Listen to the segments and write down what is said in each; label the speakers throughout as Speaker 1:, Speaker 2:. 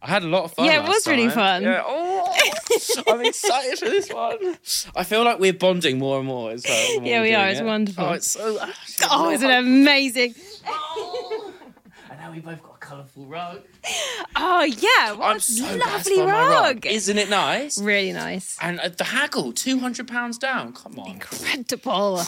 Speaker 1: I had a lot of fun.
Speaker 2: Yeah, it
Speaker 1: last
Speaker 2: was really
Speaker 1: time.
Speaker 2: fun.
Speaker 1: Yeah. Oh, I'm excited for this one. I feel like we're bonding more and more as well. the more
Speaker 2: Yeah,
Speaker 1: we're
Speaker 2: we are.
Speaker 1: doing
Speaker 2: It's
Speaker 1: it.
Speaker 2: wonderful.
Speaker 1: Oh, it's so.
Speaker 2: Oh, isn't it amazing?
Speaker 1: And now we both got a colourful rug.
Speaker 2: Oh yeah, what
Speaker 1: I'm
Speaker 2: a
Speaker 1: so gassed
Speaker 2: lovely
Speaker 1: by my
Speaker 2: rug.
Speaker 1: rug. Isn't it nice?
Speaker 2: really nice.
Speaker 1: And uh, the haggle, two hundred pounds down. Come on.
Speaker 2: Incredible.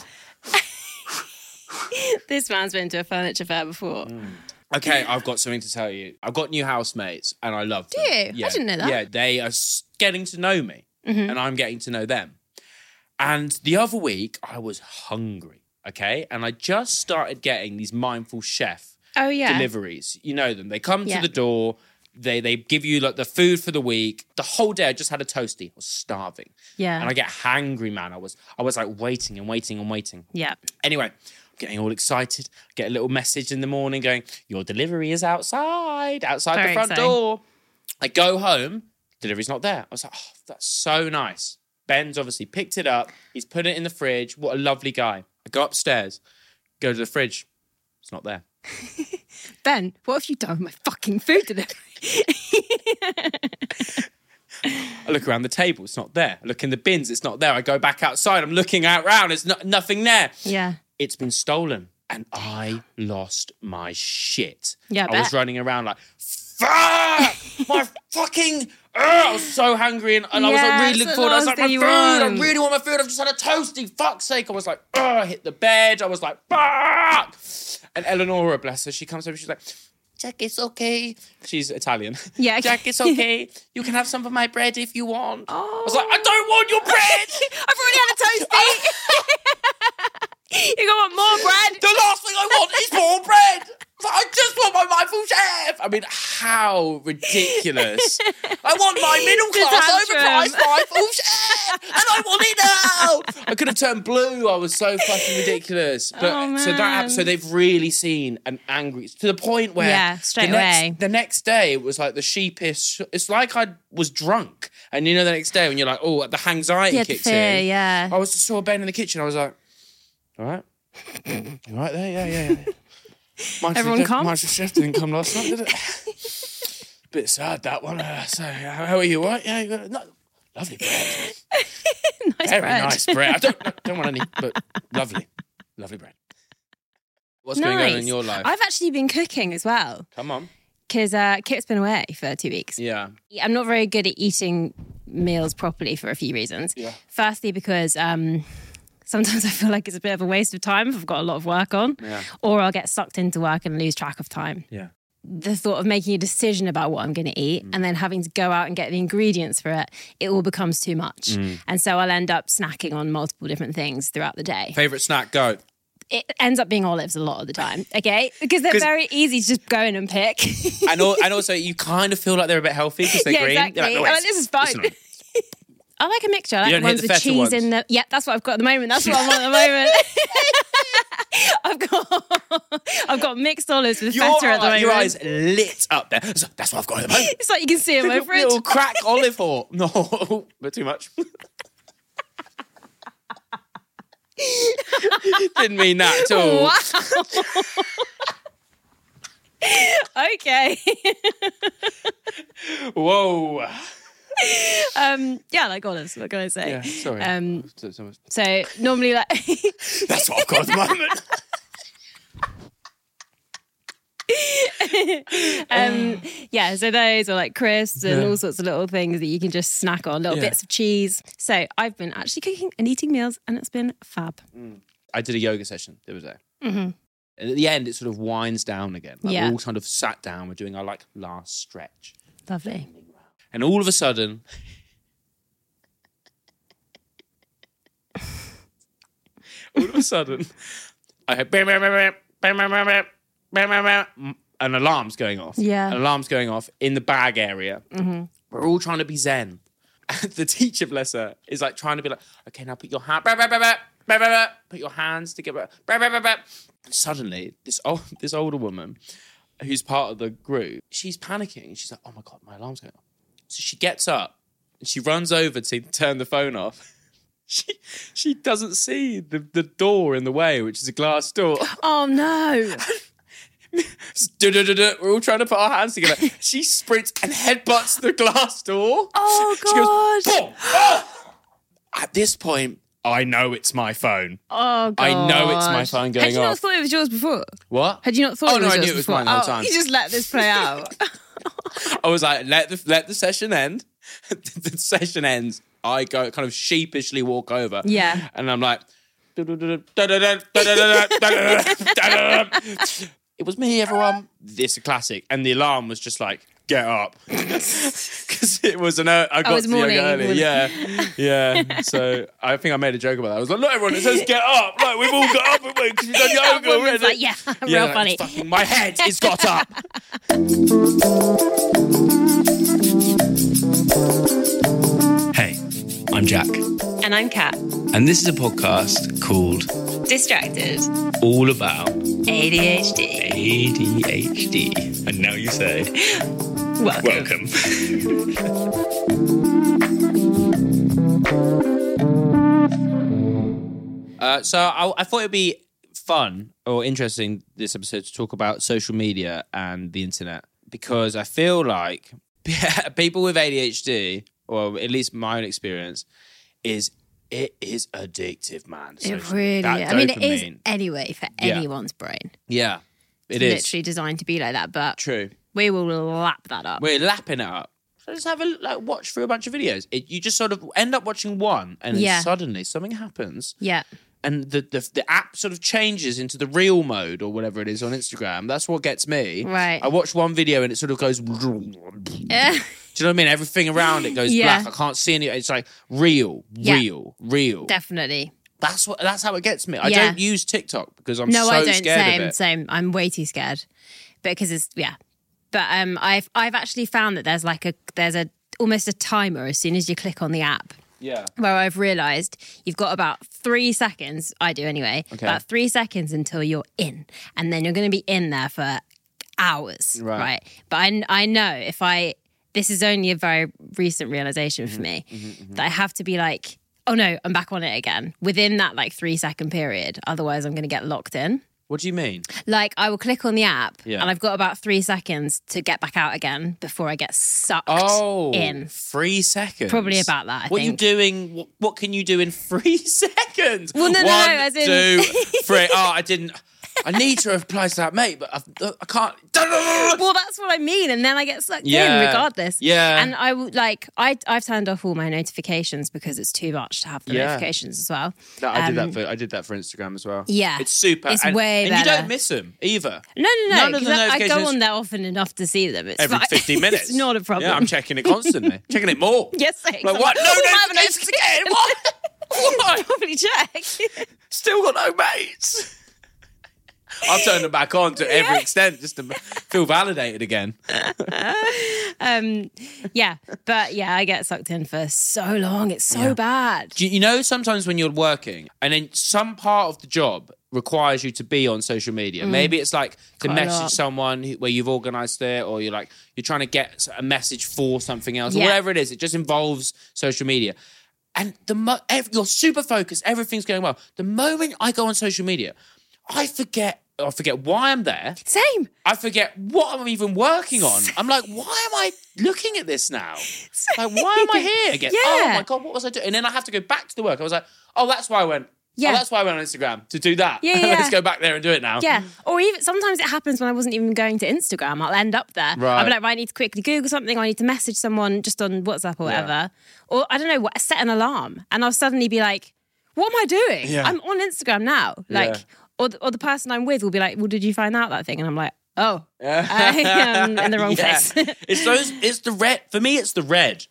Speaker 2: this man's been to a furniture fair before.
Speaker 1: Mm. Okay, I've got something to tell you. I've got new housemates, and I love them.
Speaker 2: you? I didn't know that. Mm-hmm.
Speaker 1: Yeah, they are s- getting to know me, and I'm getting to know them. And the other week, I was hungry. Okay, and I just started getting these mindful chef
Speaker 2: Oh yeah.
Speaker 1: deliveries. You know them. They come
Speaker 2: Yeah.
Speaker 1: to the door. They they give you like the food for the week. The whole day, I just had a toasty. I was starving,
Speaker 2: Yeah.
Speaker 1: and I get hangry, man. I was I was like waiting and waiting and waiting.
Speaker 2: yeah.
Speaker 1: Anyway, I'm getting all excited. Get a little message in the morning going, Your delivery is outside, outside the
Speaker 2: Very
Speaker 1: front
Speaker 2: exciting.
Speaker 1: door. I go home, delivery's not there. I was like, Oh, that's so nice. Ben's obviously picked it up, he's put it in the fridge. What a lovely guy. I go upstairs, go to the fridge, it's not there.
Speaker 2: Ben, what have you done with my fucking food delivery?
Speaker 1: I look around the table, it's not there. I look in the bins, it's not there. I go back outside, I'm looking out round, there's no- nothing there.
Speaker 2: Yeah.
Speaker 1: it's been stolen. And I lost my shit.
Speaker 2: Yeah, I
Speaker 1: I was
Speaker 2: bet.
Speaker 1: running around like, fuck, my fucking, Ugh! I was so hungry and, and I was like
Speaker 2: Yeah,
Speaker 1: really
Speaker 2: it's
Speaker 1: looking
Speaker 2: the
Speaker 1: forward. I was
Speaker 2: last
Speaker 1: like, my
Speaker 2: thing you
Speaker 1: food, I
Speaker 2: want."
Speaker 1: really want my food. I've just had a toasty, fuck's sake. I was like, Ugh! I hit the bed. I was like, fuck. And Eleonora, bless her, she comes over, she's like, Jack, it's okay. She's Italian.
Speaker 2: Yeah, okay.
Speaker 1: Jack, it's okay. You can have some of my bread if you want. I was like, I don't want your bread.
Speaker 2: Oh. I've already had a toasty. you got want more bread?
Speaker 1: The last thing I want is more bread. I just want my mindful chef. I mean, how ridiculous. I want my middle
Speaker 2: The
Speaker 1: class
Speaker 2: tantrum.
Speaker 1: overpriced mindful chef. And I want it now. I could have turned blue. I was so fucking ridiculous. But
Speaker 2: Oh,
Speaker 1: so
Speaker 2: man.
Speaker 1: that so they've really seen an angry to the point where
Speaker 2: Yeah, straight
Speaker 1: the next,
Speaker 2: away.
Speaker 1: The next day it was like the sheepish it's like I was drunk. And you know the next day when you're like, oh the anxiety
Speaker 2: Yeah, the
Speaker 1: kicks
Speaker 2: fear,
Speaker 1: in.
Speaker 2: yeah.
Speaker 1: I was saw Ben in the kitchen, I was like, all right. You right there? Yeah, yeah, yeah. Mine's
Speaker 2: Everyone
Speaker 1: def-
Speaker 2: calm?
Speaker 1: Mine's chef didn't come last night, did it? Bit sad that one. Uh, so, uh, how are you? All Right? Yeah, you got, no, lovely bread.
Speaker 2: Nice
Speaker 1: Very
Speaker 2: bread.
Speaker 1: nice bread. I don't, don't want any, but lovely, lovely bread. What's going on in your life?
Speaker 2: I've actually been cooking as well
Speaker 1: come on.
Speaker 2: because uh, Kit's been away for two weeks.
Speaker 1: Yeah.
Speaker 2: e-, I'm not very good at eating meals properly for a few reasons.
Speaker 1: Yeah.
Speaker 2: Firstly, because um, sometimes I feel like it's a bit of a waste of time if I've got a lot of work on, or I'll get sucked into work and lose track of time.
Speaker 1: Yeah.
Speaker 2: The thought of making a decision about what I'm going to eat and then having to go out and get the ingredients for it, it all becomes too much. And so I'll end up snacking on multiple different things throughout the day.
Speaker 1: Favorite snack? Go.
Speaker 2: It ends up being olives a lot of the time, okay? Because they're
Speaker 1: 'Cause-
Speaker 2: very easy to just go in and pick.
Speaker 1: And, al- and also, you kind of feel like they're a bit healthy because they're
Speaker 2: Yeah,
Speaker 1: green. You're
Speaker 2: exactly.
Speaker 1: like,
Speaker 2: Oh, this is fine.
Speaker 1: listen,
Speaker 2: I like a mixture. I
Speaker 1: You don't
Speaker 2: like
Speaker 1: hate
Speaker 2: ones
Speaker 1: the
Speaker 2: with
Speaker 1: feta
Speaker 2: cheese
Speaker 1: ones?
Speaker 2: in the. Yeah, that's what I've got at the moment. That's what I'm on at the moment. I've got I've got mixed olives with
Speaker 1: Your,
Speaker 2: feta at the
Speaker 1: eye-
Speaker 2: moment.
Speaker 1: your eyes lit up there. So that's what I've got at the moment.
Speaker 2: It's like you can see in my fridge.
Speaker 1: Little crack olive oil. No, but too much. Didn't mean that at all.
Speaker 2: Wow. okay.
Speaker 1: Whoa.
Speaker 2: Um, yeah, like olives. What can I say?
Speaker 1: Yeah, sorry.
Speaker 2: Um,
Speaker 1: So- so much.
Speaker 2: So normally, like
Speaker 1: That's what I've got at the moment.
Speaker 2: um, yeah, so those are like crisps and
Speaker 1: Yeah.
Speaker 2: all sorts of little things that you can just snack on, little
Speaker 1: Yeah.
Speaker 2: bits of cheese. So I've been actually cooking and eating meals, and it's been fab.
Speaker 1: I did a yoga session the other day. And at the end, it sort of winds down again. Like
Speaker 2: Mm-hmm. Yeah.
Speaker 1: We're all kind of sat down. We're doing our like last stretch.
Speaker 2: Lovely.
Speaker 1: And all of a sudden, all of a sudden, I heard bam, bam, bam, bam, bam, bam, bam, bam, bam, bam, bam, an alarm's going off.
Speaker 2: Yeah.
Speaker 1: An alarm's going off in the bag area. We're all trying to be zen. And the teacher, bless her, is like trying to be like, okay, now put your hand, bam, bam, bam, bam, bam, bam, bam, put your hands together. Bam, bam, bam, bam. And suddenly, this old, this older woman who's part of the group, she's panicking. She's like, oh my God, my alarm's going off. So she gets up and she runs over to turn the phone off. She she doesn't see the, the door in the way, which is a glass door.
Speaker 2: Oh no!
Speaker 1: It's du-du-du-du. We're all trying to put our hands together. She sprints and headbutts the glass door.
Speaker 2: Oh
Speaker 1: She goes,
Speaker 2: god!
Speaker 1: "Boom!" Oh! At this point, I know it's my phone.
Speaker 2: Oh god!
Speaker 1: I know it's my phone going
Speaker 2: Had you not
Speaker 1: off.
Speaker 2: thought it was yours before?
Speaker 1: What?
Speaker 2: Had you not thought?
Speaker 1: Oh
Speaker 2: it
Speaker 1: no,
Speaker 2: was
Speaker 1: I
Speaker 2: yours
Speaker 1: knew it was mine
Speaker 2: before?
Speaker 1: the whole
Speaker 2: Oh,
Speaker 1: time.
Speaker 2: You just let this play out.
Speaker 1: I was like, let the let the session end. the session ends. I go kind of sheepishly walk over.
Speaker 2: Yeah.
Speaker 1: And I'm like, it was me, everyone. This is a classic. And the alarm was just like, get up. Because it was an ear- I got
Speaker 2: it's
Speaker 1: to the yoga
Speaker 2: morning,
Speaker 1: early.
Speaker 2: morning.
Speaker 1: Yeah. Yeah. So I think I made a joke about that. I was like, look, everyone, it says get up. Like, we've all got up, haven't we? Because we've done
Speaker 2: That
Speaker 1: yoga
Speaker 2: woman's
Speaker 1: already.
Speaker 2: like, yeah,
Speaker 1: Yeah,
Speaker 2: real
Speaker 1: like,
Speaker 2: funny.
Speaker 1: fucking my head is got up.
Speaker 3: Hey, I'm Jack,
Speaker 2: And I'm Kat.
Speaker 3: and this is a podcast called
Speaker 2: Distracted.
Speaker 3: All About
Speaker 2: ADHD.
Speaker 3: ADHD. And now you say,
Speaker 2: Welcome.
Speaker 3: welcome.
Speaker 1: Uh, so I, I thought it'd be fun or interesting this episode to talk about social media and the internet because I feel like people with ADHD, or at least my own experience, is it is addictive, man.
Speaker 2: It
Speaker 1: Social-
Speaker 2: really.
Speaker 1: that
Speaker 2: I mean, it is
Speaker 1: dopamine.
Speaker 2: anyway for
Speaker 1: Yeah.
Speaker 2: anyone's brain.
Speaker 1: Yeah, it
Speaker 2: It's
Speaker 1: is
Speaker 2: literally designed to be like that. But
Speaker 1: true.
Speaker 2: we will lap that up.
Speaker 1: We're lapping it up. So just have a like watch through a bunch of videos. It, you just sort of end up watching one, and then
Speaker 2: Yeah.
Speaker 1: suddenly something happens.
Speaker 2: yeah.
Speaker 1: and the, the the app sort of changes into the real mode or whatever it is on Instagram. That's what gets me.
Speaker 2: Right.
Speaker 1: I watch one video and it sort of goes. Do you
Speaker 2: Eh.
Speaker 1: know what I mean? Everything around it goes
Speaker 2: Yeah.
Speaker 1: black. I can't see any. It's like real,
Speaker 2: Yeah.
Speaker 1: real, real.
Speaker 2: Definitely.
Speaker 1: that's what. That's how it gets me. I
Speaker 2: Yeah.
Speaker 1: don't use TikTok because I'm
Speaker 2: no,
Speaker 1: so
Speaker 2: I don't.
Speaker 1: scared
Speaker 2: Same,
Speaker 1: of it.
Speaker 2: same. I'm way too scared. Because it's yeah. But um I've I've actually found that there's like a there's a almost a timer as soon as you click on the app
Speaker 1: Yeah.
Speaker 2: where I've realized you've got about three seconds, I do anyway, about three seconds until you're in. And then you're going to be in there for hours,
Speaker 1: Right.
Speaker 2: right? But I, I know if I, this is only a very recent realization
Speaker 1: Mm-hmm.
Speaker 2: for me that I have to be like, oh no, I'm back on it again within that like three second period. Otherwise, I'm going to get locked in.
Speaker 1: What do you mean?
Speaker 2: Like I will click on the app
Speaker 1: Yeah.
Speaker 2: and I've got about three seconds to get back out again before I get sucked
Speaker 1: Oh,
Speaker 2: in.
Speaker 1: three seconds.
Speaker 2: Probably about that, I
Speaker 1: what
Speaker 2: think.
Speaker 1: are you doing? What, what can you do in three seconds?
Speaker 2: Well, no, no, no,
Speaker 1: One,
Speaker 2: as in-
Speaker 1: two, three. Oh, I didn't. I need to reply to that, mate, but I've, I can't.
Speaker 2: well, that's what I mean, and then I get sucked
Speaker 1: Yeah.
Speaker 2: in regardless.
Speaker 1: Yeah.
Speaker 2: and I would like I I've turned off all my notifications because it's too much to have the
Speaker 1: Yeah.
Speaker 2: notifications as well.
Speaker 1: No, I did
Speaker 2: Um,
Speaker 1: that for I did that for Instagram as well.
Speaker 2: Yeah.
Speaker 1: it's super.
Speaker 2: It's
Speaker 1: and,
Speaker 2: way
Speaker 1: and you
Speaker 2: better.
Speaker 1: don't miss them either.
Speaker 2: No, no, no.
Speaker 1: None of
Speaker 2: 'cause
Speaker 1: the
Speaker 2: I, I go
Speaker 1: notifications-
Speaker 2: on there often enough to see them. It's
Speaker 1: Every
Speaker 2: like-
Speaker 1: fifteen minutes,
Speaker 2: It's not a problem.
Speaker 1: Yeah, I'm checking it constantly. checking it more.
Speaker 2: Yes,
Speaker 1: Like
Speaker 2: thanks.
Speaker 1: what? No
Speaker 2: All my
Speaker 1: notifications again. What? What?
Speaker 2: Probably check.
Speaker 1: Still got no mates. I've turned them back on to every extent just to feel validated again.
Speaker 2: Um, yeah, but yeah, I get sucked in for so long. It's so bad.
Speaker 1: Do you, you know sometimes when you're working and then some part of the job requires you to be on social media? Maybe it's like to
Speaker 2: Mm. Quite a
Speaker 1: message
Speaker 2: lot.
Speaker 1: someone who- where you've organized it or you're like, you're trying to get a message for something else or
Speaker 2: Yeah.
Speaker 1: whatever it is. It just involves social media. And the mo- ev- you're super focused, everything's going well. The moment I go on social media, I forget. I forget why I'm there.
Speaker 2: Same,
Speaker 1: I forget what I'm even working on. I'm like, why am I looking at this now? Like, why am I here again? Oh
Speaker 2: Yeah.
Speaker 1: my god, what was I doing? And then I have to go back to the work. I was like, oh, that's why I went. Yeah,
Speaker 2: Yeah.
Speaker 1: that's why I went on Instagram to do that.
Speaker 2: Yeah,
Speaker 1: Let's
Speaker 2: yeah.
Speaker 1: go back there and do it now.
Speaker 2: yeah. Or even sometimes it happens when I wasn't even going to Instagram. I'll end up there.
Speaker 1: Right.
Speaker 2: I'll be like, right, I need to quickly Google something. Or I need to message someone just on WhatsApp or whatever. Or I don't know, what, set an alarm, and I'll suddenly be like, what am I doing?
Speaker 1: Yeah.
Speaker 2: I'm on Instagram now. Like,
Speaker 1: Yeah.
Speaker 2: or the, or the person I'm with will be like, well, did you find out that thing? And I'm like, oh, I am in the wrong
Speaker 1: Yeah.
Speaker 2: place.
Speaker 1: it's those. It's the red. For me, it's the red.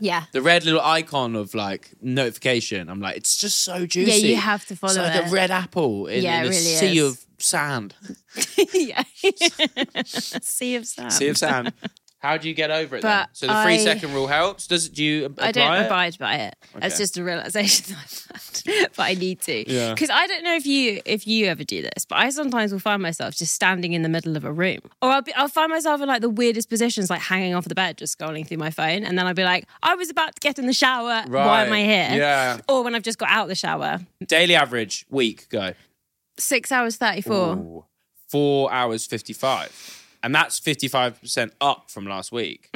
Speaker 2: yeah.
Speaker 1: The red little icon of like notification. I'm like, it's just so juicy.
Speaker 2: you have to follow
Speaker 1: It's like a
Speaker 2: it.
Speaker 1: red apple in,
Speaker 2: Yeah,
Speaker 1: in a
Speaker 2: it really
Speaker 1: sea
Speaker 2: is. Um,
Speaker 1: of sand.
Speaker 2: yeah. sea of sand.
Speaker 1: Sea of sand. How do you get over it then?
Speaker 2: But
Speaker 1: So the three
Speaker 2: I-
Speaker 1: second rule helps. Does do you apply
Speaker 2: I don't
Speaker 1: it?
Speaker 2: abide by it.
Speaker 1: Okay.
Speaker 2: That's just a realization that I've had, but I need to.
Speaker 1: Yeah.
Speaker 2: Because I don't know if you if you ever do this, but I sometimes will find myself just standing in the middle of a room, or I'll be, I'll find myself in like the weirdest positions, like hanging off the bed, just scrolling through my phone, and then I'll be like, I was about to get in the shower. Why am I
Speaker 1: Right.
Speaker 2: here?
Speaker 1: Yeah.
Speaker 2: Or when I've just got out the shower,
Speaker 1: Daily average week go
Speaker 2: six hours thirty four.
Speaker 1: four hours fifty five, and that's fifty five percent up from last week.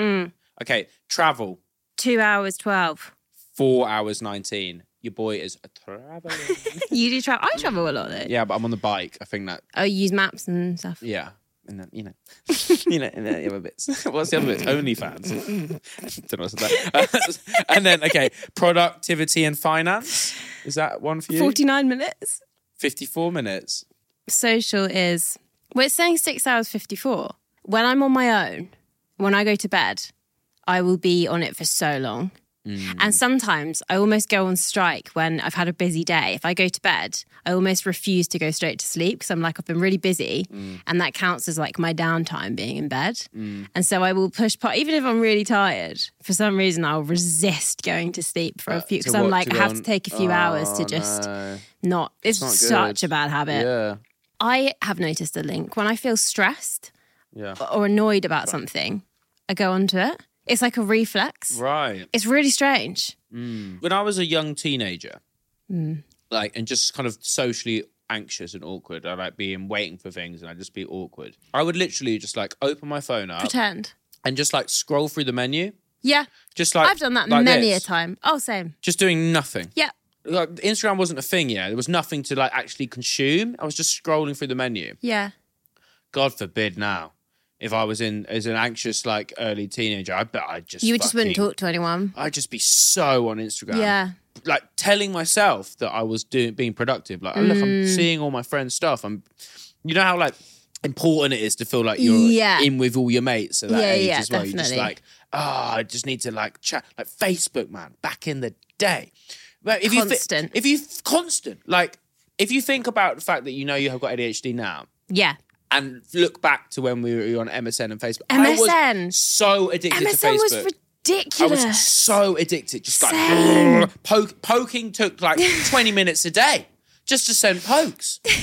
Speaker 1: Okay, travel
Speaker 2: Two hours twelve.
Speaker 1: four hours nineteen. Your boy is traveling.
Speaker 2: You do travel. I travel a lot though.
Speaker 1: yeah, but I'm on the bike. I think that
Speaker 2: I use maps and stuff.
Speaker 1: yeah. And then, you know, you know, and then the other bits. What's the other bits? OnlyFans. Don't know what's that. and then, okay, productivity and finance. Is that one for you?
Speaker 2: Forty nine minutes.
Speaker 1: 54 minutes.
Speaker 2: social is well, it's saying six hours fifty four. When I'm on my own, when I go to bed, I will be on it for so long. And sometimes I almost go on strike when I've had a busy day. If I go to bed, I almost refuse to go straight to sleep because I'm like, I've been really busy. And that counts as like my downtime being in bed. And so I will push, part, even if I'm really tired, for some reason, I'll resist going to sleep for a few because I'm like, I have to take a few hours to just not. It's,
Speaker 1: not good.
Speaker 2: such a bad habit.
Speaker 1: Yeah.
Speaker 2: I have noticed a link when I feel stressed
Speaker 1: Yeah.
Speaker 2: or annoyed about something, I go onto it. It's like a reflex.
Speaker 1: Right.
Speaker 2: It's really strange.
Speaker 1: When I was a young teenager,
Speaker 2: Hmm.
Speaker 1: like, and just kind of socially anxious and awkward, I'd like be in waiting for things and I'd just be awkward. I would literally just like open my phone up
Speaker 2: Pretend.
Speaker 1: and just like scroll through the menu.
Speaker 2: Yeah.
Speaker 1: Just like
Speaker 2: I've done that
Speaker 1: like
Speaker 2: many
Speaker 1: this.
Speaker 2: a time. Oh, same.
Speaker 1: Just doing nothing.
Speaker 2: Yeah.
Speaker 1: Like Instagram wasn't a thing yet. There was nothing to like actually consume. I was just scrolling through the menu.
Speaker 2: Yeah.
Speaker 1: God forbid now. If I was in as an anxious like early teenager, I bet I just
Speaker 2: You just wouldn't
Speaker 1: fucking-
Speaker 2: talk to anyone.
Speaker 1: I'd just be so on Instagram.
Speaker 2: Yeah.
Speaker 1: Like telling myself that I was doing being productive. Like, oh, look, I'm
Speaker 2: Mm.
Speaker 1: seeing all my friends' stuff. I'm you know how like important it is to feel like you're
Speaker 2: Yeah.
Speaker 1: in with all your mates at that
Speaker 2: Yeah,
Speaker 1: age
Speaker 2: yeah,
Speaker 1: as well. You're just
Speaker 2: definitely.
Speaker 1: like, oh, I just need to like chat like Facebook man, back in the day. But if
Speaker 2: Constant.
Speaker 1: you thi- if you constant, like if you think about the fact that you know you have got ADHD now,
Speaker 2: Yeah.
Speaker 1: and look back to when we were on MSN and Facebook. I
Speaker 2: MSN.
Speaker 1: was so addicted to
Speaker 2: MSN
Speaker 1: Facebook.
Speaker 2: was
Speaker 1: I
Speaker 2: ridiculous.
Speaker 1: was so addicted, just like
Speaker 2: Same.
Speaker 1: poke, poking took like twenty minutes a day just to send pokes. Boop,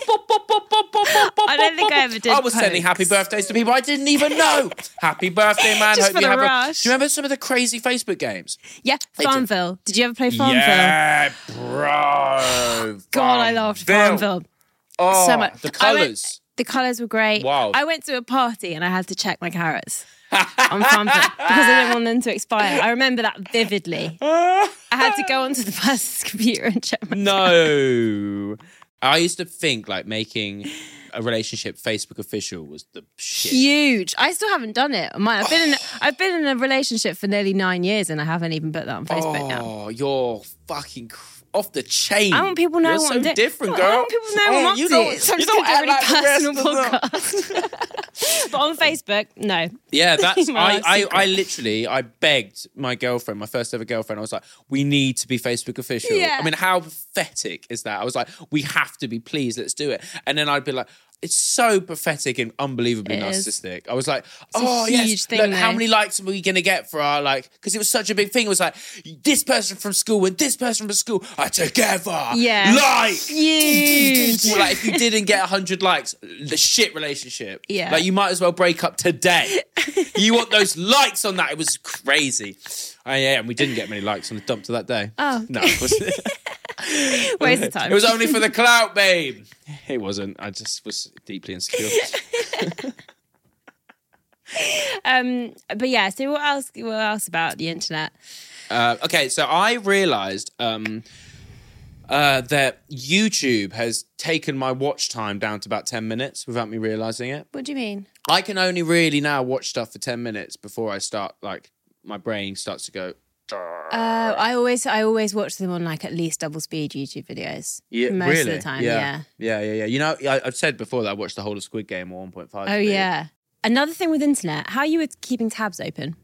Speaker 1: boop, boop, boop, boop, boop, boop, boop,
Speaker 2: I don't think
Speaker 1: boop,
Speaker 2: I
Speaker 1: boop.
Speaker 2: ever did
Speaker 1: I was sending
Speaker 2: pokes.
Speaker 1: happy birthdays to people I didn't even know. happy birthday, man!
Speaker 2: Just
Speaker 1: Hope
Speaker 2: for
Speaker 1: you
Speaker 2: the
Speaker 1: have
Speaker 2: rush.
Speaker 1: A... Do you remember some of the crazy Facebook games?
Speaker 2: yeah. Farmville. Did you ever play Farmville?
Speaker 1: Yeah, bro.
Speaker 2: God, I loved
Speaker 1: Farmville.
Speaker 2: Farmville.
Speaker 1: Oh,
Speaker 2: so much.
Speaker 1: The
Speaker 2: I went-
Speaker 1: colours.
Speaker 2: the colours were great.
Speaker 1: Wow.
Speaker 2: I went to a party and I had to check my carrots on Farmville because I didn't want them to expire. I remember that vividly. I had to go onto the person's computer and check my
Speaker 1: No. I used to think like making a relationship Facebook official was the shit.
Speaker 2: Huge. I still haven't done it. I might- I've been in. I've been in a relationship for nearly nine years, and I haven't even put that on Facebook now.
Speaker 1: Oh, you're fucking cr- off the chain.
Speaker 2: I want people to know
Speaker 1: you're
Speaker 2: what
Speaker 1: so
Speaker 2: I'm doing.
Speaker 1: different,
Speaker 2: I
Speaker 1: girl.
Speaker 2: want people to know
Speaker 1: Oh,
Speaker 2: I'm up
Speaker 1: you
Speaker 2: to.
Speaker 1: don't-
Speaker 2: so I'm
Speaker 1: you
Speaker 2: just
Speaker 1: don't
Speaker 2: gonna do a
Speaker 1: act
Speaker 2: really
Speaker 1: like the rest
Speaker 2: personal
Speaker 1: of them.
Speaker 2: podcast. but but on Facebook, no.
Speaker 1: Yeah, that's
Speaker 2: My
Speaker 1: I,
Speaker 2: life's
Speaker 1: I,
Speaker 2: secret.
Speaker 1: I literally I begged my girlfriend, my first ever girlfriend, I was like, we need to be Facebook official.
Speaker 2: Yeah.
Speaker 1: I mean, how pathetic is that? I was like, we have to be, please, let's do it. And then I'd be like, it's so pathetic and unbelievably
Speaker 2: It is.
Speaker 1: narcissistic. I was like,
Speaker 2: a
Speaker 1: oh
Speaker 2: huge
Speaker 1: yes,
Speaker 2: thing,
Speaker 1: look, how
Speaker 2: though.
Speaker 1: many likes are we gonna get for our like? Because it was such a big thing. It was like this person from school and this person from school are together.
Speaker 2: Yeah.
Speaker 1: like
Speaker 2: Huge.
Speaker 1: like if you didn't get 100 likes, the shit relationship.
Speaker 2: Yeah.
Speaker 1: Like you might as well break up today. you want those likes on that. It was crazy. Oh, yeah, and we didn't get many likes on the dumpster that day.
Speaker 2: Oh.
Speaker 1: No, it wasn't.
Speaker 2: Waste of time.
Speaker 1: it was only for the clout, babe. It wasn't. I just was deeply insecure.
Speaker 2: um, but yeah. So what else? What else about the internet?
Speaker 1: Uh, okay, so I realized um, uh, that YouTube has taken my watch time down to about 10 minutes without me realizing it.
Speaker 2: What do you mean?
Speaker 1: I can only really now watch stuff for 10 minutes before I start, like, my brain starts to go,
Speaker 2: Oh, I always, I always watch them on like at least double speed YouTube videos. most of the time. yeah.
Speaker 1: Yeah, yeah, yeah. You know, I, I've said before that I watched the whole of Squid Game or 1.5.
Speaker 2: Oh
Speaker 1: speed.
Speaker 2: yeah. Another thing with internet, how you were keeping tabs open.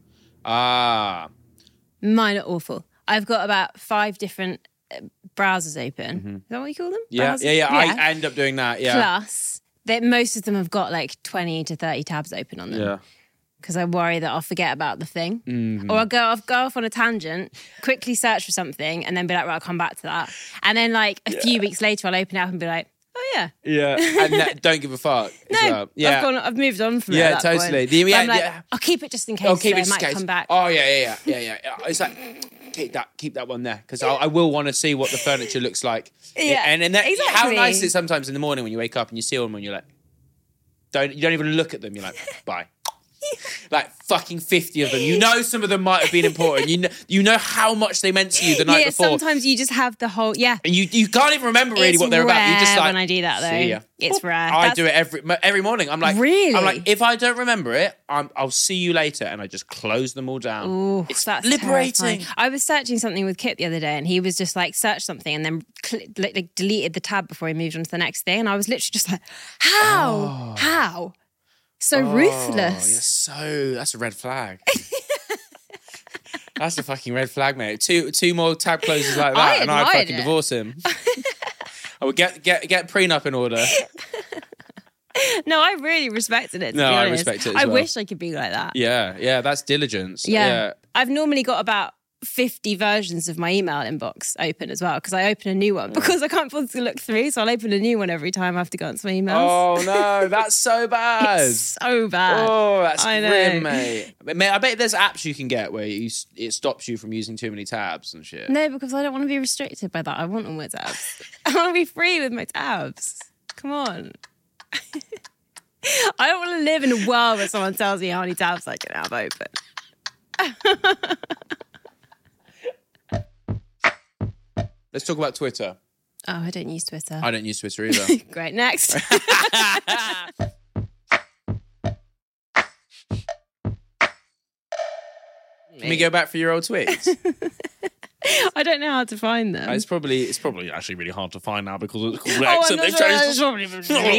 Speaker 1: Ah,
Speaker 2: Mine are awful. I've got about five different uh, browsers open. Is that what you call them?
Speaker 1: Mm-hmm. yeah,
Speaker 2: Browsers?
Speaker 1: yeah, yeah. I end up doing that. Yeah.
Speaker 2: Plus, that most of them have got like twenty to thirty tabs open on them.
Speaker 1: Yeah.
Speaker 2: because I worry that I'll forget about the thing,
Speaker 1: Mm-hmm.
Speaker 2: or I'll go off go off on a tangent, quickly search for something, and then be like, right, I'll come back to that, and then like a few weeks later, I'll open it up and be like, oh yeah,
Speaker 1: Yeah. and that, don't give a fuck. as
Speaker 2: no,
Speaker 1: well. Yeah.
Speaker 2: I've gone, I've moved on from it.
Speaker 1: Yeah,
Speaker 2: at that point.
Speaker 1: totally. The-
Speaker 2: But I'm
Speaker 1: yeah,
Speaker 2: like,
Speaker 1: yeah.
Speaker 2: I'll keep it just in case.
Speaker 1: Oh, keep
Speaker 2: so
Speaker 1: it
Speaker 2: might
Speaker 1: just in case.
Speaker 2: come back.
Speaker 1: Oh yeah, yeah, yeah, yeah, yeah. Oh, It's like keep that, keep that one there because I will want to see what the furniture looks like.
Speaker 2: Yeah,
Speaker 1: and and that, how
Speaker 2: exactly.
Speaker 1: nice it is sometimes in the morning when you wake up and you see them and you're like, don't you don't even look at them. You're like, bye. Like fucking fifty of them. You know, some of them might have been important. You know, you know how much they meant to you the night
Speaker 2: yeah,
Speaker 1: before,
Speaker 2: sometimes you just have the whole yeah.
Speaker 1: and you you can't even remember really
Speaker 2: It's
Speaker 1: what they're about. You just
Speaker 2: rare
Speaker 1: like
Speaker 2: when I do that, though.
Speaker 1: "See ya."
Speaker 2: It's rare.
Speaker 1: I
Speaker 2: That's-
Speaker 1: do it every every morning. I'm like,
Speaker 2: Really?
Speaker 1: I'm like, if I don't remember it, I'm, I'll see you later, and I just close them all down.
Speaker 2: Ooh,
Speaker 1: it's
Speaker 2: that's
Speaker 1: liberating.
Speaker 2: terrifying. I was searching something with Kip the other day, and he was just like search something and then cl- like, like, deleted the tab before he moved on to the next thing, and I was literally just like, how, how, so
Speaker 1: Oh, you're
Speaker 2: ruthless.
Speaker 1: so that's a red flag. that's a fucking red flag, mate. Two two more tab closes like that,
Speaker 2: I
Speaker 1: and I
Speaker 2: admired
Speaker 1: fucking
Speaker 2: it.
Speaker 1: divorce him. I would get get get prenup in order.
Speaker 2: No, I really respected it. To
Speaker 1: No,
Speaker 2: be
Speaker 1: I
Speaker 2: honest.
Speaker 1: respect it as
Speaker 2: I
Speaker 1: well.
Speaker 2: wish I could be like that.
Speaker 1: Yeah, yeah, that's diligence.
Speaker 2: Yeah. I've normally got about 50 versions of my email inbox open as well because I open a new one
Speaker 1: Mm.
Speaker 2: because I can't bother to look through. So I'll open a new one every time I have to go onto my emails.
Speaker 1: Oh no, that's so bad.
Speaker 2: so bad.
Speaker 1: Oh, that's
Speaker 2: I know.
Speaker 1: grim, mate. But, mate. I bet there's apps you can get where you, s- it stops you from using too many tabs and shit.
Speaker 2: No, because I don't want to be restricted by that. I want all my tabs. I want to be free with my tabs. Come on. I don't want to live in a world where someone tells me how many tabs I can have open.
Speaker 1: Let's talk about Twitter.
Speaker 2: Oh, I don't use Twitter.
Speaker 1: I don't use Twitter either.
Speaker 2: Great. Next.
Speaker 1: Can we go back for your old tweets?
Speaker 2: I don't know how to find them.
Speaker 1: it's probably it's probably actually really hard to find now because it's called
Speaker 2: Oh,
Speaker 1: X
Speaker 2: I'm
Speaker 1: and
Speaker 2: not
Speaker 1: they've
Speaker 2: sure.
Speaker 1: changed
Speaker 2: It's probably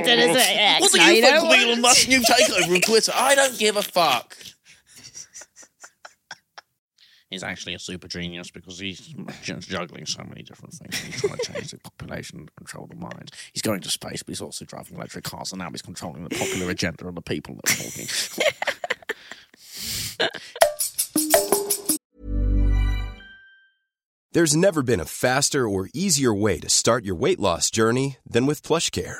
Speaker 2: been deleted, is it? X.
Speaker 1: What do
Speaker 2: No,
Speaker 1: you
Speaker 2: know
Speaker 1: think of
Speaker 2: what?
Speaker 1: Elon Musk's new takeover of Twitter? I don't give a fuck.
Speaker 4: He's actually a super genius because he's just juggling so many different things. He's trying to change the population and control the mind. He's going to space, but he's also driving electric cars, and now he's controlling the popular agenda and the people that are talking.
Speaker 5: There's never been a faster or easier way to start your weight loss journey than with PlushCare.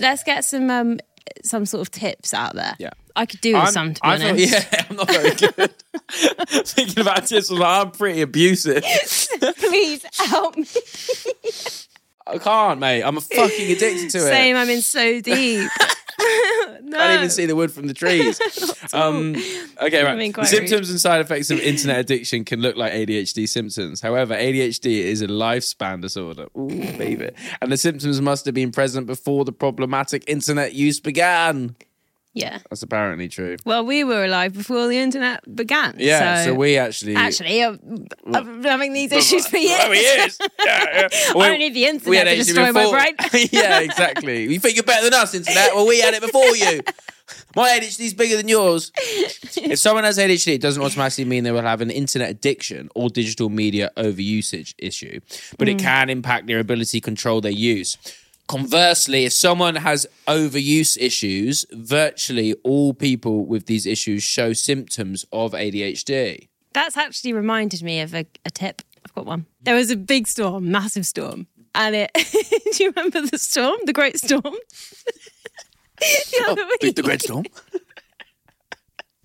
Speaker 2: Let's get some um, some sort of tips out there.
Speaker 1: Yeah.
Speaker 2: I could do with some to be
Speaker 1: I thought-
Speaker 2: honest.
Speaker 1: yeah, I'm not very good. Thinking about this, was like, I'm pretty abusive.
Speaker 2: Please help me.
Speaker 1: I can't, mate. I'm fucking addicted to it.
Speaker 2: Same, I'm in so deep. no.
Speaker 1: can't even see the wood from the trees. um, okay,
Speaker 2: I'm
Speaker 1: right.
Speaker 2: being
Speaker 1: The
Speaker 2: quite
Speaker 1: symptoms and side effects of internet addiction can look like ADHD symptoms. However, ADHD is a lifespan disorder. Ooh, baby. And the symptoms must have been present before the problematic internet use began.
Speaker 2: Yeah.
Speaker 1: That's apparently true.
Speaker 2: Well, we were alive before the internet began.
Speaker 1: Yeah, so,
Speaker 2: so
Speaker 1: we actually.
Speaker 2: Actually, I've, I've been having these issues for years.
Speaker 1: Oh, he is. Yeah, yeah.
Speaker 2: I don't need the internet to destroy my brain.
Speaker 1: E yeah, exactly. You think you're better than us, internet? Well, we had it before you. My ADHD's bigger than yours. If someone has ADHD, it doesn't automatically mean they will have an internet addiction or digital media overusage issue, but
Speaker 2: Mm.
Speaker 1: it can impact their ability to control their use. Conversely, if someone has overuse issues, virtually all people with these issues show symptoms of ADHD.
Speaker 2: That's actually reminded me of a, a tip. I've got one. There was a big storm, massive storm. And it, do you remember the storm? The Great Storm? the other week,
Speaker 4: Oh, The Great Storm.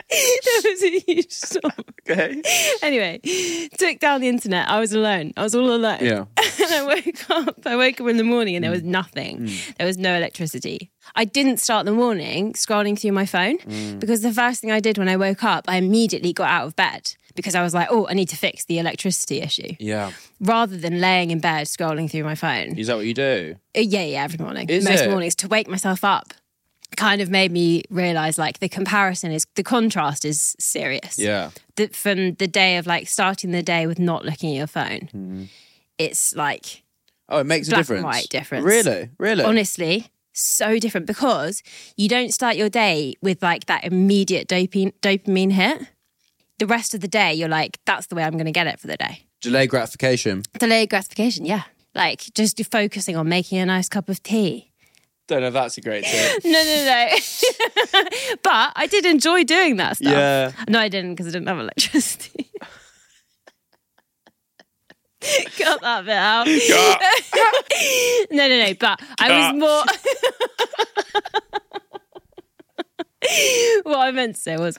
Speaker 2: there was a huge storm.
Speaker 1: Okay.
Speaker 2: Anyway, took down the internet. I was alone. I was all alone.
Speaker 1: Yeah.
Speaker 2: and I woke up. I woke up in the morning and there
Speaker 1: Mm.
Speaker 2: was nothing. There was no electricity. I didn't start the morning scrolling through my phone
Speaker 1: Mm.
Speaker 2: because the first thing I did when I woke up, I immediately got out of bed because I was like, oh, I need to fix the electricity issue
Speaker 1: Yeah.
Speaker 2: rather than laying in bed scrolling through my phone.
Speaker 1: Is that what you do?
Speaker 2: Uh, Yeah, yeah, every morning.
Speaker 1: Is
Speaker 2: Most
Speaker 1: it?
Speaker 2: mornings to wake myself up kind of made me realize like the comparison is the contrast is serious
Speaker 1: Yeah.
Speaker 2: the, from the day of like starting the day with not looking at your phone.
Speaker 1: Mm-hmm.
Speaker 2: It's like
Speaker 1: Oh, it makes
Speaker 2: Black
Speaker 1: a
Speaker 2: and
Speaker 1: difference.
Speaker 2: white difference.
Speaker 1: Really, really.
Speaker 2: honestly so different because you don't start your day with like that immediate dopamine dopamine hit. The rest of the day, you're like, that's the way I'm going to get it for the day.
Speaker 1: Delay gratification.
Speaker 2: Delayed gratification, yeah. Like just focusing on making a nice cup of tea.
Speaker 1: Don't know if that's a great tip.
Speaker 2: No, no, no. but I did enjoy doing that stuff.
Speaker 1: Yeah.
Speaker 2: No, I didn't because I didn't have electricity. Cut that bit out. no, no, no. But I was more. what I meant to say was,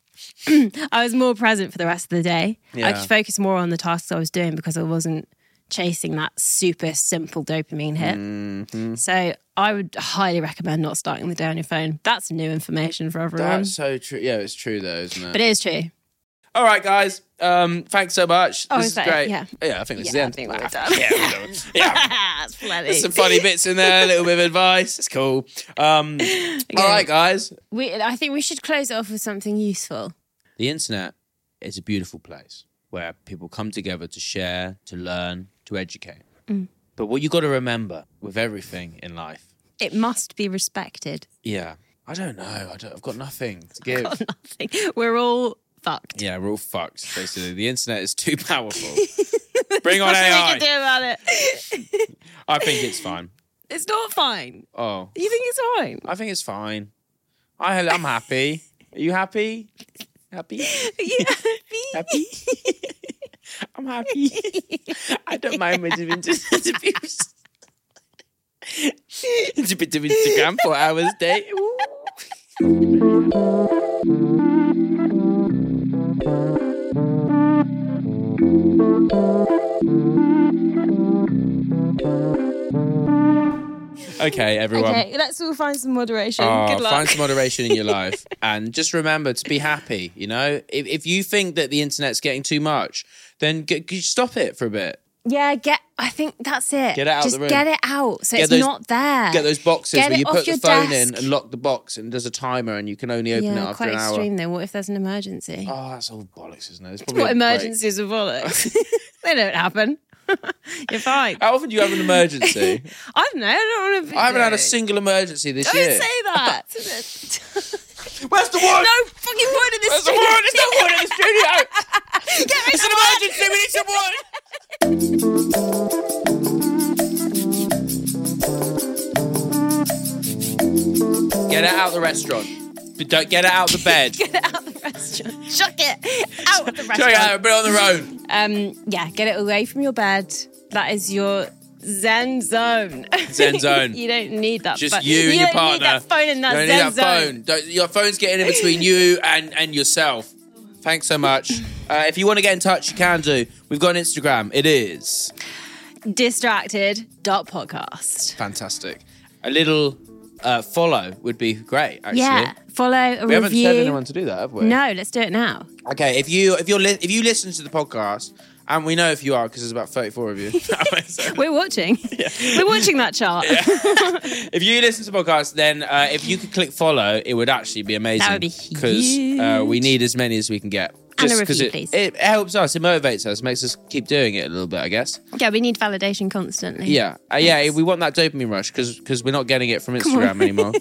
Speaker 2: I was more present for the rest of the day. I
Speaker 1: Yeah.
Speaker 2: could focus more on the tasks I was doing because I wasn't chasing that super simple dopamine hit.
Speaker 1: Mm-hmm.
Speaker 2: So I would highly recommend not starting the day on your phone. That's new information for everyone.
Speaker 1: That's so true. Yeah, it's true though, isn't it?
Speaker 2: but it is true.
Speaker 1: All right, guys. Um, thanks so much.
Speaker 2: Oh,
Speaker 1: this
Speaker 2: is
Speaker 1: is
Speaker 2: that it?
Speaker 1: great.
Speaker 2: Yeah.
Speaker 1: I think this
Speaker 2: Yeah, I
Speaker 1: is the
Speaker 2: think
Speaker 1: end.
Speaker 2: we're
Speaker 1: Ah,
Speaker 2: done.
Speaker 1: yeah, we're done. yeah.
Speaker 2: That's plenty.
Speaker 1: There's some funny bits in there, a little bit of advice. It's cool. Um, All right, guys.
Speaker 2: We, I think we should close it off with something useful.
Speaker 1: The internet is a beautiful place where people come together to share, to learn, to educate.
Speaker 2: Mm.
Speaker 1: But what you got to remember with everything in life
Speaker 2: It must be respected.
Speaker 1: Yeah. I don't know. I don't, I've got nothing to give.
Speaker 2: Nothing. We're all fucked.
Speaker 1: Yeah, we're all fucked, basically. The internet is too powerful. Bring on
Speaker 2: Nothing we can do
Speaker 1: AI.
Speaker 2: about it.
Speaker 1: I think it's fine.
Speaker 2: it's not fine.
Speaker 1: Oh,
Speaker 2: You think it's fine?
Speaker 1: I think it's fine. I, I'm happy. Are you happy? Happy?
Speaker 2: Yeah.
Speaker 1: Happy? I'm happy. I don't mind much of internet abuse. It's a bit of Instagram for hours a day. Ooh. Okay, everyone.
Speaker 2: okay, let's all find some moderation.
Speaker 1: Ah,
Speaker 2: Good luck.
Speaker 1: Find some moderation in your life. and just remember to be happy, you know? If, if you think that the internet's getting too much, then g- g- stop it for a bit.
Speaker 2: yeah, get. I think that's it.
Speaker 1: Get it out of
Speaker 2: Just
Speaker 1: the room.
Speaker 2: get it out so
Speaker 1: Get
Speaker 2: it's
Speaker 1: those-
Speaker 2: not there.
Speaker 1: Get those boxes
Speaker 2: Uh, Get
Speaker 1: where
Speaker 2: it
Speaker 1: you
Speaker 2: off
Speaker 1: put the
Speaker 2: your
Speaker 1: phone in
Speaker 2: desk.
Speaker 1: and lock the box and there's a timer and you can only open it
Speaker 2: yeah,
Speaker 1: after
Speaker 2: quite
Speaker 1: an hour.
Speaker 2: extreme though. What if there's an emergency?
Speaker 1: Oh, that's all bollocks, isn't it? It's probably
Speaker 2: what
Speaker 1: a break.
Speaker 2: emergencies are bollocks? they don't happen. You're fine.
Speaker 1: How often do you have an emergency?
Speaker 2: I don't know. I don't want to. Be
Speaker 1: Oh. I haven't had a single emergency this
Speaker 2: Don't
Speaker 1: year.
Speaker 2: say that. There's
Speaker 1: Where's the one?
Speaker 2: no fucking wood in this.
Speaker 1: There's the one.
Speaker 2: studio.
Speaker 1: There's no one in the studio.
Speaker 2: Get rid
Speaker 1: It's
Speaker 2: of
Speaker 1: an emergency.
Speaker 2: the wood.
Speaker 1: We need someone. Get it out of the restaurant. Don't get it out of the bed. Chuck
Speaker 2: Get it out of the restaurant. Chuck it out of the
Speaker 1: it out
Speaker 2: restaurant.
Speaker 1: and put it on the road.
Speaker 2: Um, yeah, get it away from your bed. That is your zen zone.
Speaker 1: Zen zone.
Speaker 2: you don't need that.
Speaker 1: Just
Speaker 2: phone.
Speaker 1: you and your
Speaker 2: don't
Speaker 1: partner.
Speaker 2: Need that phone in that
Speaker 1: you don't
Speaker 2: zen
Speaker 1: need that
Speaker 2: zone.
Speaker 1: phone. Don't- your phone's getting in between you and, and yourself. Thanks so much. Uh, if you want to get in touch, you can do. We've got an Instagram. It is
Speaker 2: Distracted dot podcast.
Speaker 1: fantastic. A little uh, follow would be great. Actually,
Speaker 2: Yeah, follow a
Speaker 1: we haven't
Speaker 2: review.
Speaker 1: said anyone to do that, have we?
Speaker 2: no, let's do it now.
Speaker 1: Okay, if you if you're li- if you listen to the podcast, and we know if you are because there's about 34 of you.
Speaker 2: We're watching. We're watching that chart.
Speaker 1: if you listen to podcasts, then uh, if you could click follow, it would actually be amazing.
Speaker 2: That would be
Speaker 1: because uh, we need as many as we can get.
Speaker 2: And a
Speaker 1: Just 'cause
Speaker 2: review,
Speaker 1: it,
Speaker 2: please.
Speaker 1: It helps us, it motivates us, makes us keep doing it a little bit, I guess.
Speaker 2: Yeah, we need validation constantly.
Speaker 1: Yeah, uh, yeah. We want that dopamine rush because we're not getting it from Instagram anymore.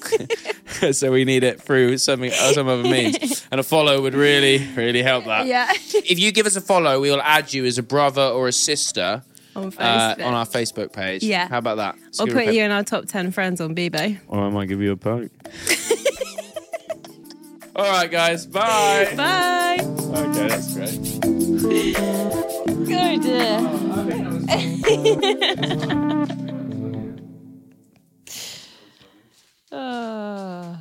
Speaker 1: so we need it through something uh, some other means, and a follow would really really help that.
Speaker 2: Yeah.
Speaker 1: If you give us a follow, we will add you as a brother or a sister
Speaker 2: on
Speaker 1: uh,
Speaker 2: Facebook.
Speaker 1: on our Facebook page.
Speaker 2: Yeah.
Speaker 1: How about that? Let's
Speaker 2: I'll
Speaker 1: give it a
Speaker 2: put
Speaker 1: go.
Speaker 2: you in our top 10 friends on Bebo.
Speaker 1: Or Oh, I might give you a poke. All right, guys. Bye.
Speaker 2: Bye.
Speaker 1: Okay, that's great.
Speaker 2: Go, dear. oh,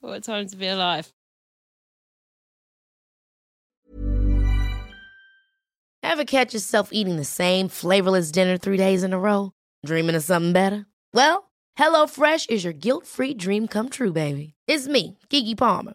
Speaker 2: what a time to be alive.
Speaker 6: Ever catch yourself eating the same flavorless dinner three days in a row? Dreaming of something better? Well, HelloFresh is your guilt free dream come true, baby. It's me, Kiki Palmer.